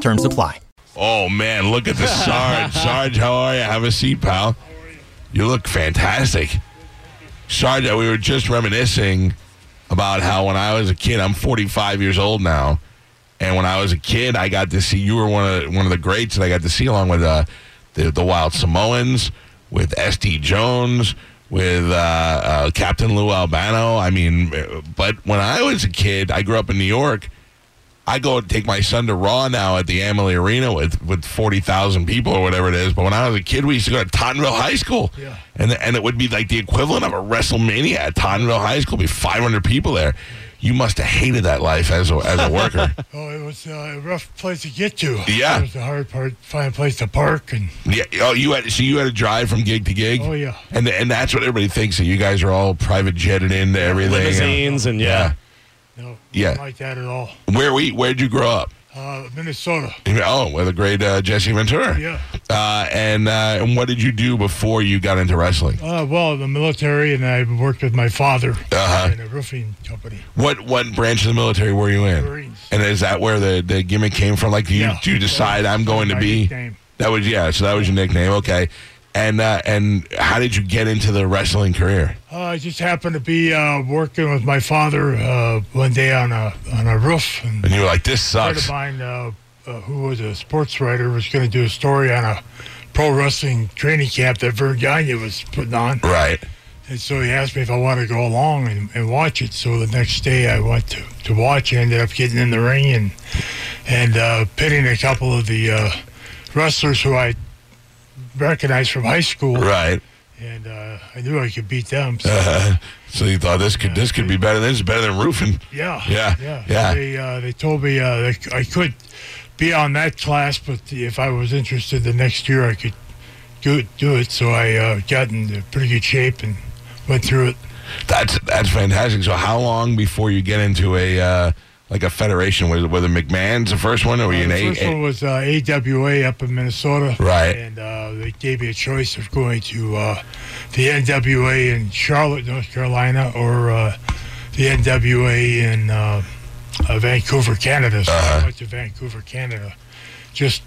Terms apply. Oh man, look at the Sarge. Sarge, how are you? Have a seat, pal. You look fantastic. Sarge, we were just reminiscing about how when I was a kid, I'm 45 years old now, and when I was a kid, I got to see you were one of one of the greats that I got to see along with uh, the the Wild Samoans, with SD Jones, with uh, uh, Captain Lou Albano. I mean, but when I was a kid, I grew up in New York. I go and take my son to Raw now at the Amalie Arena with, with 40,000 people or whatever it is. But when I was a kid, we used to go to Tottenville High School. Yeah. And, and it would be like the equivalent of a WrestleMania at Tottenville High School, be 500 people there. You must have hated that life as a, as a worker. Oh, it was uh, a rough place to get to. Yeah. It was the hard part, find a place to park. and Yeah. Oh, you had so you had to drive from gig to gig. Oh, yeah. And and that's what everybody thinks that you guys are all private jetted into everything. Limousines and yeah. No, Yeah. not like that at all. Where we where'd you grow up? Uh, Minnesota. Oh, with a great uh, Jesse Ventura. Yeah. Uh, and uh, and what did you do before you got into wrestling? Uh, well, the military, and I worked with my father Uh-huh. in a roofing company. What what branch of the military were you in? Marines. And is that where the, the gimmick came from? Like, do you Yeah. do you decide I'm going to My be? nickname. That was yeah. So that was your nickname. Okay. And uh, and how did you get into the wrestling career? Uh, I just happened to be uh, working with my father uh, one day on a on a roof, and And you were like, this a friend of sucks. mine uh, uh, who was a sports writer was going to do a story on a pro wrestling training camp that Vern Gagne was putting on. Right. And so he asked me if I wanted to go along and, and watch it. So the next day I went to, to watch and ended up getting in the ring and and uh, pitting a couple of the uh, wrestlers who I recognized from high school. Right. And uh, I knew I could beat them. So, Uh, so you thought this could this could be better. This is better than roofing. yeah. Yeah, Yeah. yeah. They, uh, they told me uh, they, c- I could be on that class, but if I was interested the next year, I could do it. Do it. So I uh, got in pretty good shape and went through it. That's that's fantastic. So how long before you get into a uh, like a federation? Was whether McMahon's the first one or were you an the A- first one was uh, AWA up in Minnesota. Right. And uh, they gave me a choice of going to uh, the NWA in Charlotte, North Carolina, or uh, the NWA in uh, uh, Vancouver, Canada. So Uh-huh. I went to Vancouver, Canada, just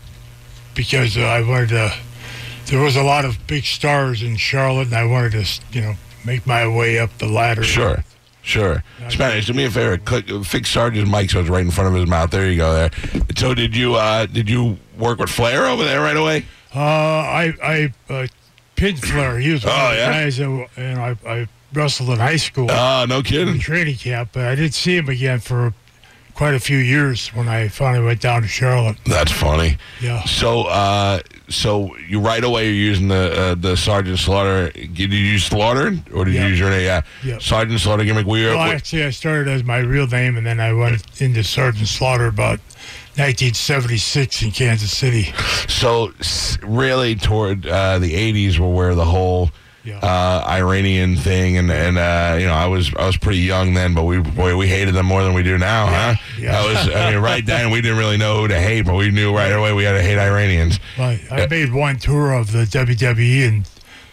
because uh, I wanted to. There was a lot of big stars in Charlotte, and I wanted to, you know, make my way up the ladder. Sure. Sure. Spanish, do me a favor. Click, fix Sarge's mic so it's right in front of his mouth. There you go. There. So did you uh, did you work with Flair over there right away? Uh, I I uh, pinned Flair. He was one Oh, of the yeah? guys that and I, I wrestled in high school Uh, no in kidding. training camp, but I didn't see him again for quite a few years when I finally went down to Charlotte. That's funny. Yeah. So uh, so you right away you're using the uh, the Sergeant Slaughter. Did you use Slaughter or did Yeah. you use your name? Yeah. Yeah. Sergeant Slaughter gimmick. We were. Well, actually, I started as my real name, and then I went into Sergeant Slaughter about 1976 in Kansas City. So s- really, toward uh, the '80s, were where the whole Yeah. uh, Iranian thing, and and uh, you know, I was I was pretty young then, but we boy, we hated them more than we do now, huh? Yeah. I was, I mean, right then we didn't really know who to hate, but we knew right away we had to hate Iranians. But I made one tour of the WWE in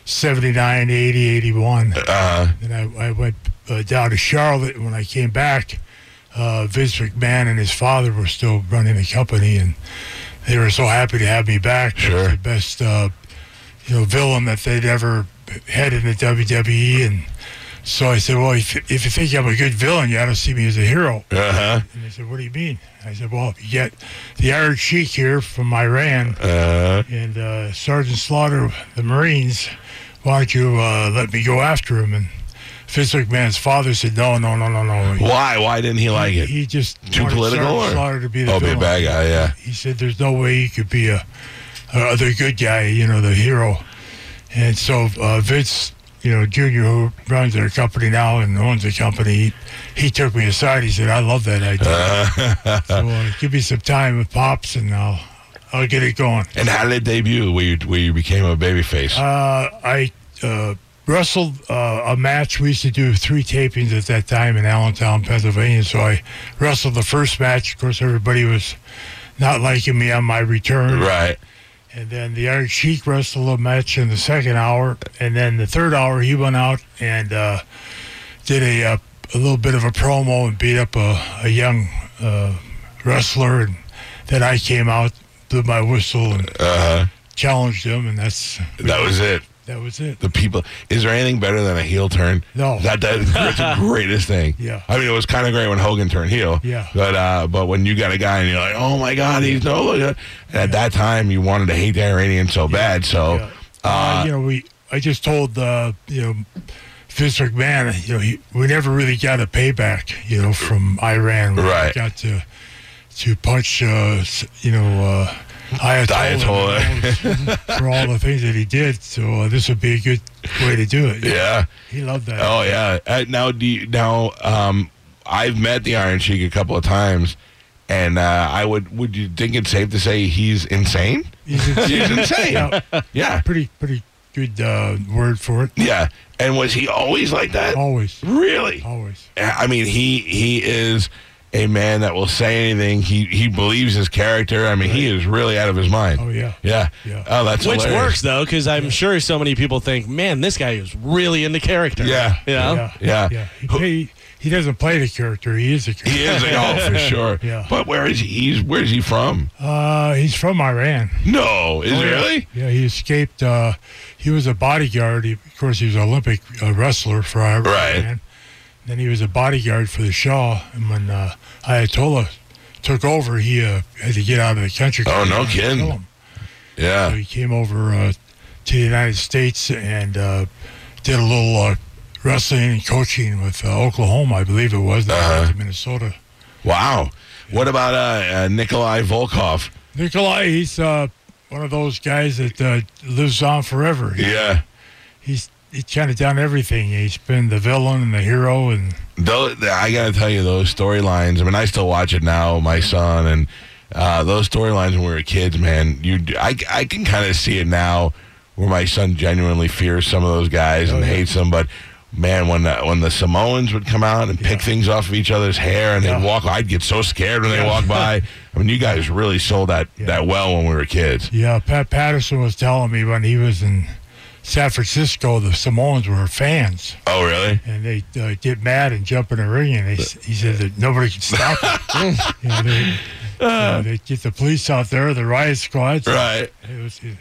79, 80, 81. Uh, Then I, I went uh, down to Charlotte. and When I came back, uh, Vince McMahon and his father were still running the company, and they were so happy to have me back. I was Sure. the best, uh, you know, villain that they'd ever had in the WWE, and so I said, "Well, if, if you think I'm a good villain, you ought to see me as a hero." uh huh. And they said, "What do you mean?" I said, "Well, if you get the Iron Sheik here from Iran." Uh, and uh, Sergeant Slaughter, the Marines, why don't you uh, let me go after him? And Vince McMahon's father said, no, no, no, no, no. why? Why didn't he like He, it? he just Too wanted political, Sergeant or Slaughter to be the oh, be a villain. bad guy, yeah. He said, there's no way you could be a, a other good guy, you know, the hero. And so uh, Vince, you know, Junior, who runs their company now and owns the company, he, he took me aside. He said, I love that idea. so uh, give me some time with Pops and I'll, I'll get it going. And how did it debut where you, where you became a babyface? Uh, I uh, wrestled uh, a match. We used to do three tapings at that time in Allentown, Pennsylvania. So I wrestled the first match. Of course, everybody was not liking me on my return. right. And then the Iron Sheik wrestled a match in the second hour, and then the third hour he went out and uh, did a, uh, a little bit of a promo and beat up a, a young uh, wrestler, and then I came out, blew my whistle, and Uh huh. challenged him, and that's That was it. that was it. The people. Is there anything better than a heel turn? No. That, that that's the greatest thing. Yeah. I mean, it was kind of great when Hogan turned heel. Yeah. But uh, but when you got a guy and you're like, oh my God, he's no. look at-" And at that time, you wanted to hate the Iranian so bad. So. Yeah. Uh, you know, we I just told uh, you know Vince McMahon, you know, he, we never really got a payback, you know, from Iran. We Right. Got to to punch, uh, s- you know, uh, Ayatollah, Ayatollah. for all the things that he did. So uh, this would be a good way to do it. Yeah. He loved that. Oh yeah. Uh, now do you, now um, I've met the Iron Sheik a couple of times, and uh, I would would you think it's safe to say he's insane? He's a- He's insane. yeah, Yeah. pretty pretty good uh, word for it. Yeah. And was he always like that? Always, Oh. Really? always. I mean, he he is a man that will say anything. He he believes his character. I mean, he is really out of his mind. Oh, yeah. Yeah. Yeah. Oh, that's Which hilarious. works though, because I'm sure so many people think, "Man, this guy is really into character." Yeah. you know? yeah, Yeah. yeah. He, he he doesn't play the character. He is a character. He is a oh for sure. Yeah. But where is he? He's, where is he from? Uh, he's from Iran. No, is he Oh, yeah. really? Yeah, he escaped. Uh, he was a bodyguard. He, of course, he was an Olympic uh, wrestler for Iran. Right. Then he was a bodyguard for the Shah. And when uh, Ayatollah took over, he uh, had to get out of the country. Oh, no He kidding. killed him. Yeah. So he came over uh, to the United States and uh, did a little uh, wrestling and coaching with uh, Oklahoma, I believe it was, then Uh-huh. went to Minnesota. Wow. What about uh, uh, Nikolai Volkov? Nikolai, he's uh, one of those guys that uh, lives on forever. He Yeah. he's he's kind of done everything. He's been the villain and the hero, and Though I gotta tell you, those storylines. I mean, I still watch it now, my son, and uh, those storylines when we were kids, man. You, I, I can kind of see it now, where my son genuinely fears some of those guys and hates them. But man, when the, when the Samoans would come out and pick things off of each other's hair and Yeah. they'd walk, I'd get so scared when they walk by. I mean, you guys really sold that that well when we were kids. yeah, Pat Patterson was telling me when he was in San Francisco, the Samoans were fans, Oh, really? and they uh, get mad and jump in the ring, and they, s- he said that nobody could stop them. you know, they, you know, they get the police out there, the riot squads. uh, Right. It was, he,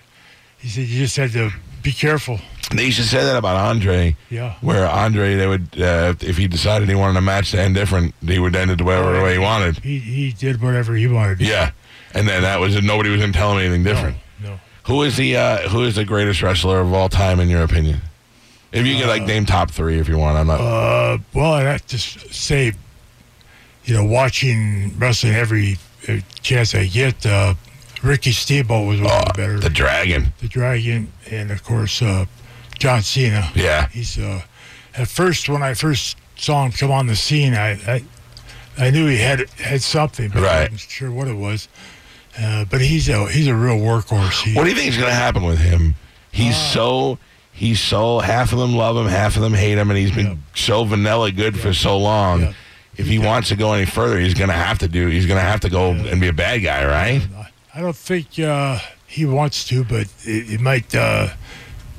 he said you just had to be careful. They used to say that about Andre. Yeah. Where Andre, they would, uh, if he decided he wanted a match to end different, he would end it the way, Oh, the way he wanted. He he did whatever he wanted. to do. Yeah. And then that was it. Nobody was going to tell him anything different. No. Who is the uh, Who is the greatest wrestler of all time in your opinion? If you could like name top three, if you want, I'm not. Uh, well, I'd have to s- say, you know, watching wrestling every uh, chance I get, uh, Ricky Steamboat was one of the better. the The, Dragon. Dragon, and of course, uh, John Cena. Yeah. He's, uh, at first, when I first saw him come on the scene, I, I, I knew he had had something, but I Right. wasn't sure what it was. Uh, but he's a he's a real workhorse. He, What do you think is going to happen with him? He's so he's so half of them love him, half of them hate him, and he's been so vanilla good for so long. Yeah. If he wants to go any further, he's going to have to do. He's going to have to go and be a bad guy, right? I- I don't think uh, he wants to, but it, it might, uh,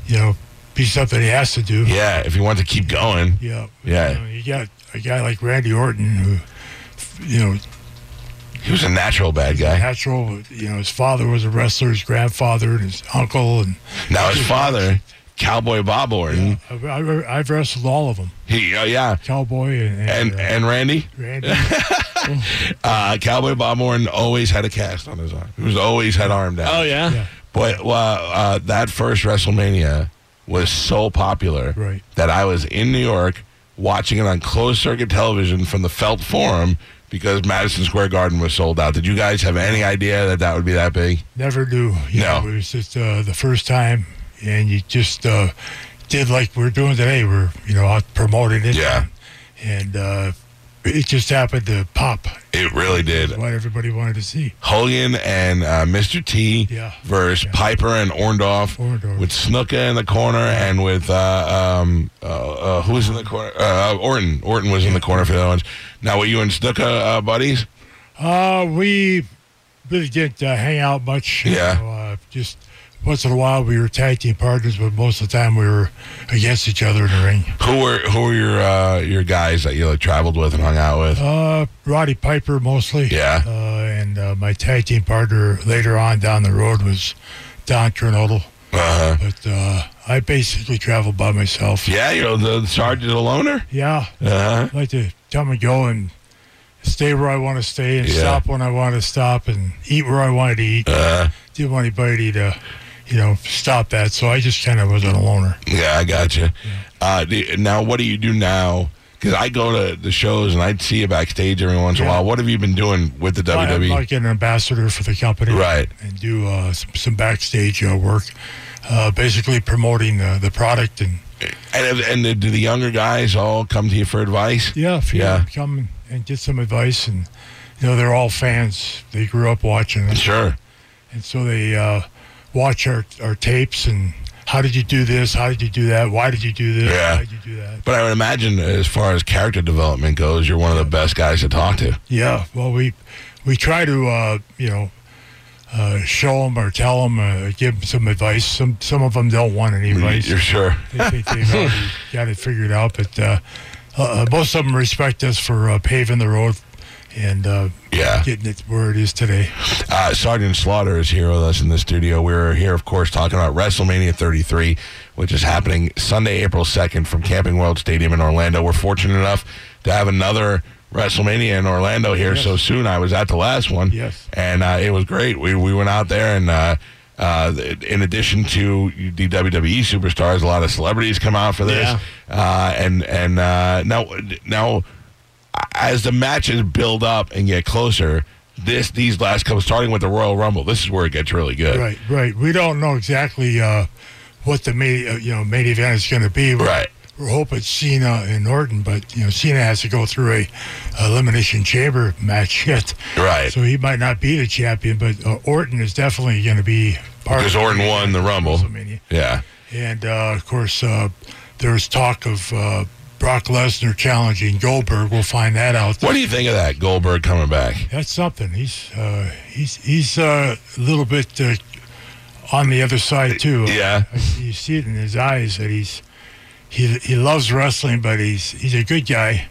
you know, be something he has to do. Yeah, if he wants to keep going. Yeah. Yeah. You, know, you got a guy like Randy Orton who, you know, He was a natural bad guy. natural. You know, his father was a wrestler, his grandfather and his uncle, and Now his father, Cowboy Bob Orton. I, I, I've wrestled all of them, He, oh yeah, Cowboy and and, and uh, and Randy, Randy. uh, Cowboy Bob Orton always had a cast on his arm. He was always had arm down. Oh yeah. yeah. Boy, well, uh, that first WrestleMania was so popular Right. that I was in New York watching it on closed circuit television from the Felt Forum because Madison Square Garden was sold out. Did you guys have any idea that that would be that big? Never do. You No. Know, it was just uh, the first time, and you just uh, did like we're doing today. We're you know out promoting it. Yeah. And uh, it just happened to pop. It really did. What everybody wanted to see. Hogan and uh, Mr. T Yeah. versus Piper and Orndorff, Orndorff. with Snuka in the corner and with uh, um, uh, uh, who was in the corner? Uh, uh, Orton. Orton was in the corner for the other ones. Now, were you and Snuka uh, buddies? Uh, we really didn't uh, hang out much. you Yeah. know, uh, just once in a while we were tag team partners, but most of the time we were against each other in the ring. Who were who were your uh, your guys that you like, traveled with and hung out with? Uh, Roddy Piper mostly. Yeah. Uh, and uh, my tag team partner later on down the road was Don Kernodle. Uh-huh. But uh, I basically traveled by myself. Yeah, you know the sergeant a loner. Yeah. Uh-huh. I like to come and go and stay where I want to stay and Yeah. stop when I want to stop and eat where I wanted to eat. Uh, Didn't want anybody to, you know, stop that. So I just kind of was a loner. yeah, I gotcha. Uh, do you- now, what do you do now? Because I go to the shows and I'd see you backstage every once in a Yeah. while. What have you been doing with the E? I'm WWE? like an ambassador for the company. Right. And do uh, some, some backstage uh, work, uh, basically promoting the, the product and And, and do the younger guys all come to you for advice? Yeah, if you Yeah. come and get some advice, and you know they're all fans. They grew up watching us, Sure. and so they uh, watch our our tapes and how did you do this? How did you do that? Why did you do this? Yeah. Why did you do that? But I would imagine, as far as character development goes, you're one of the best guys to talk to. Yeah. Well, we we try to uh, you know. Uh, show them or tell them, uh, give them some advice. Some some of them don't want any advice. You're sure. they think they've already got it figured out, but uh, uh, most of them respect us for uh, paving the road and uh, Yeah. getting it where it is today. Uh, Sergeant Slaughter is here with us in the studio. We're here, of course, talking about WrestleMania 33, which is happening Sunday, April 2nd from Camping World Stadium in Orlando. We're fortunate enough to have another WrestleMania in Orlando here so soon. I was at the last one. Yes. And uh, it was great. We, we went out there, and uh, uh, th- in addition to the WWE superstars, a lot of celebrities come out for this. Yeah. Uh, and and uh, now, now as the matches build up and get closer, this these last couple, starting with the Royal Rumble, this is where it gets really good. Right, right. We don't know exactly uh, what the main, uh, you know, main event is going to be. We're, Right. We're hoping Cena and Orton, but you know, Cena has to go through a elimination chamber match yet, Right. so uh, he might not be the champion. But uh, Orton is definitely going to be part because of Orton won the Rumble. WrestleMania. Yeah. And uh, of course, uh, there's talk of uh, Brock Lesnar challenging Goldberg. We'll find that out. What do you think of that Goldberg coming back? That's something. He's uh, he's he's uh, a little bit uh, on the other side too. Yeah. I- you see it in his eyes that he's he he loves wrestling, but he's he's a good guy.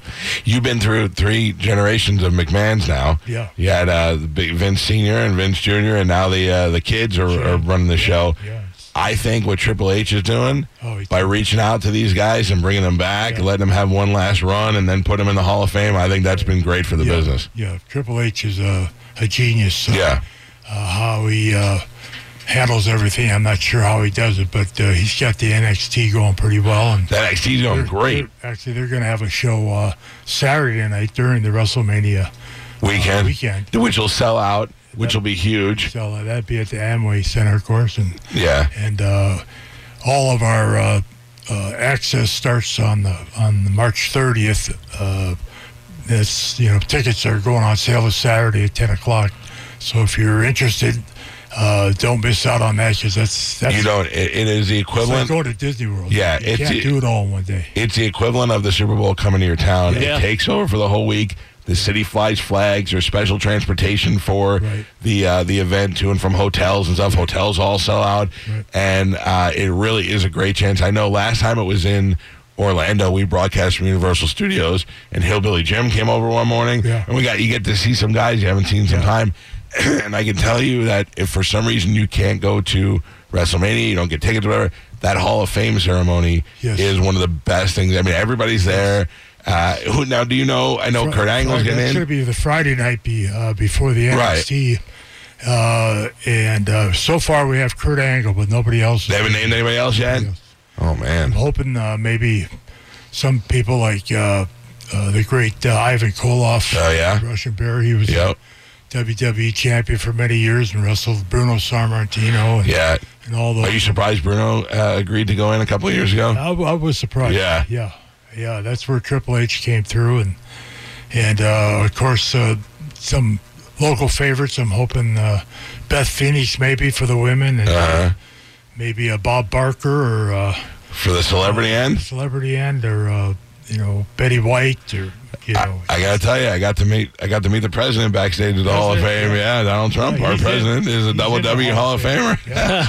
You've been through three generations of McMahons now. Yeah. You had uh, the big Vince Senior and Vince Junior, and now the uh, the kids are, are running the show. Yeah. I think what Triple H is doing Oh, he- by reaching out to these guys and bringing them back, letting them have one last run, and then put them in the Hall of Fame. I think that's been great for the yeah, business. Yeah, Triple H is a a genius. uh, Yeah. uh, how he uh, handles everything. I'm not sure how he does it, but uh, he's got the NXT going pretty well. And That XT's going great they're- actually, they're going to have a show uh, Saturday night during the WrestleMania. weekend. weekend. Which will sell out, which will be huge. So uh, that'd be at the Amway Center, of course, and. Yeah. and uh, all of our uh, uh, access starts on the on the March 30th. Uh, that's you know tickets are going on sale this Saturday at 10 o'clock. So if you're interested, uh, don't miss out on that because that's that's You don't, it, it is the it's like equivalent. going to Disney World. Yeah, you it's- can't do it all in one day. It's the equivalent of the Super Bowl coming to your town. Yeah. It takes over for the whole week. The city flies flags or special transportation for Right. the uh, the event to and from hotels and stuff. Hotels all sell out, and uh, it really is a great chance. I know last time it was in Orlando, we broadcast from Universal Studios, and Hillbilly Jim came over one morning, Yeah. and we got you get to see some guys you haven't seen in some time. and I can tell you that if for some reason you can't go to WrestleMania, you don't get tickets, whatever. That Hall of Fame ceremony Yes. is one of the best things. I mean, everybody's there. Uh, who now? Do you know? I know Oh, Kurt Angle's Friday- That getting should in. be the Friday night be uh, before the Right. NXT. Uh, and uh, so far we have Kurt Angle, but nobody else. They haven't named anybody else yet. Oh man, hoping uh, maybe some people like uh, uh, the great uh, Ivan Koloff. Oh, yeah? Russian Bear. He was Yep. a WWE champion for many years and wrestled Bruno Sammartino and, yeah. and all those. Are you surprised Bruno uh, agreed to go in a couple of years ago? I, I was surprised. Yeah. yeah, yeah. That's where Triple H came through and and uh, of course uh, some local favorites. I'm hoping uh, Beth Phoenix maybe for the women, and Uh-huh. uh, maybe a Bob Barker or uh, for the celebrity Oh. end. celebrity end, or uh, you know Betty White, or you know. I gotta tell you, I got to meet I got to meet the president backstage at the Hall of Fame. Yeah, Donald Trump, Yeah, our he's in. president, is a He's double in the W Hall of Famer.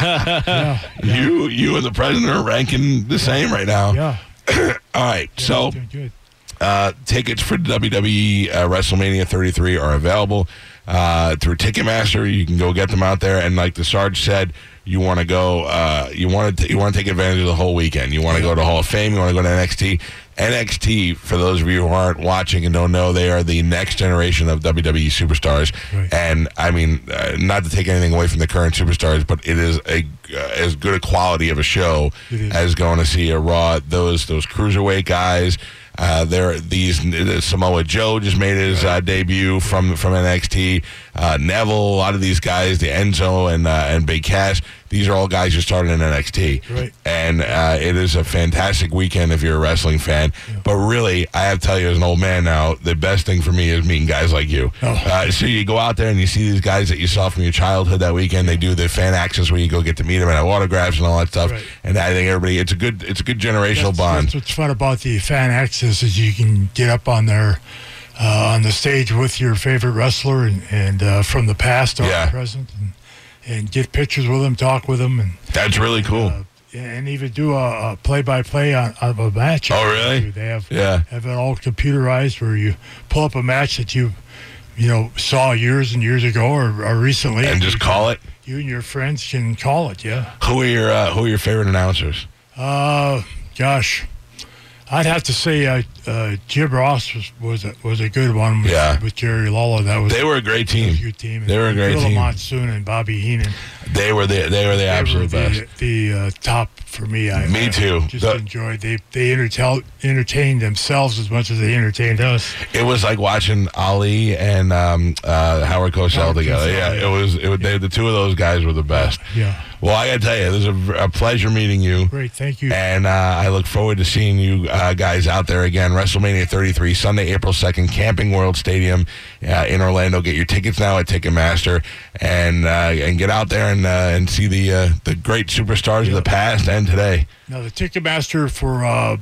yeah, You you and the president are ranking the same right now. yeah. All right, Oh. so Doing good. uh, tickets for WWE uh, WrestleMania 33 are available uh, through Ticketmaster. You can go get them out there, and like the Sarge said, you want to go. Uh, you want to you want to take advantage of the whole weekend. You want to go to Hall of Fame. You want to go to NXT. NXT, for those of you who aren't watching and don't know, they are the next generation of WWE superstars. Right. And I mean, uh, not to take anything away from the current superstars, but it is a uh, as good a quality of a show It is. as going to see a Raw. Those those cruiserweight guys. Uh, there, these Samoa Joe just made his uh, debut from from NXT. Uh, Neville, a lot of these guys, the Enzo and uh, and Big Cass. These are all guys who started in NXT, Right. and uh, it is a fantastic weekend if you're a wrestling fan. But really, I have to tell you, as an old man now, the best thing for me is meeting guys like you. Oh. Uh, so you go out there and you see these guys that you saw from your childhood that weekend. They do the fan access where you go get to meet them and have autographs and all that stuff. Right. And I think everybody, it's a good, it's a good generational That's- That's bond. what's fun about the fan access is you can get up on their uh, on the stage with your favorite wrestler and, and uh, from the past or Yeah. the present, and, and get pictures with them, talk with them, and That's really cool. uh, and even do a, a play-by-play on, of a match. Oh, really? They have Yeah. have it all computerized where you pull up a match that you you know saw years and years ago or, or recently, and just you- call it. You and your friends can call it. Yeah. Who are your uh, Who are your favorite announcers? Uh, gosh, I'd have to say uh, uh, Jim Ross was was a, was a good one. With, Yeah. with Jerry Lawler, that was They were a great that was a team. good team. They were a And great Bill team. Monsoon and Bobby Heenan. They were the They were the absolute they were best. The, the uh, top for me. I Me I too. Just The- enjoyed. They they entertained entertained themselves as much as they entertained us. It was like watching Ali and um, uh, Howard Cosell Howard together. Cosell, yeah, yeah. it was. It, was they, the two of those guys were the best. Yeah. Well, I got to tell you, this is a, a pleasure meeting you. Great, thank you. And uh, I look forward to seeing you uh, guys out there again. WrestleMania 33, Sunday, April 2nd, Camping World Stadium uh, in Orlando. Get your tickets now at Ticketmaster and uh, and get out there and uh, and see the uh, the great superstars of the past and today. Now the Ticketmaster for uh,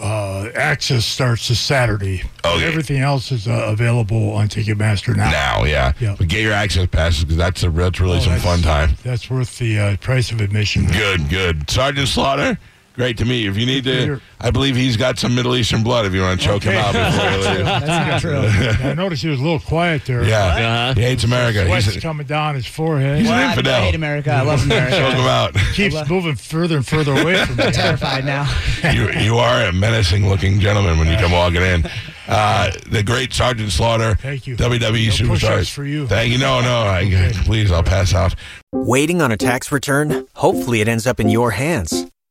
uh, Access starts this Saturday. Okay. Everything else is uh, available on Ticketmaster now. Now, yeah. Yeah. But get your access passes because that's, a, that's really Oh, some that's- fun time. That's worth the uh, price of admission. Good, good. Sergeant Slaughter, great to meet you. If you need to, Peter. I believe he's got some Middle Eastern blood if you want to choke him out before you leave. That's not true. I noticed he was a little quiet there. Yeah. Uh-huh. He hates America. He's, Sweat's choke coming down his forehead. He's- an Well, I- infidel. I hate America. I love him America. out. Keeps moving further and further away from me. Terrified now. you, you are a menacing looking gentleman when you come walking in. Uh, the great Sergeant Slaughter. Thank you. WWE No superstars. push-ups for you. Thank you. No, no. I, please, I'll pass out. Waiting on a tax return? Hopefully, it ends up in your hands.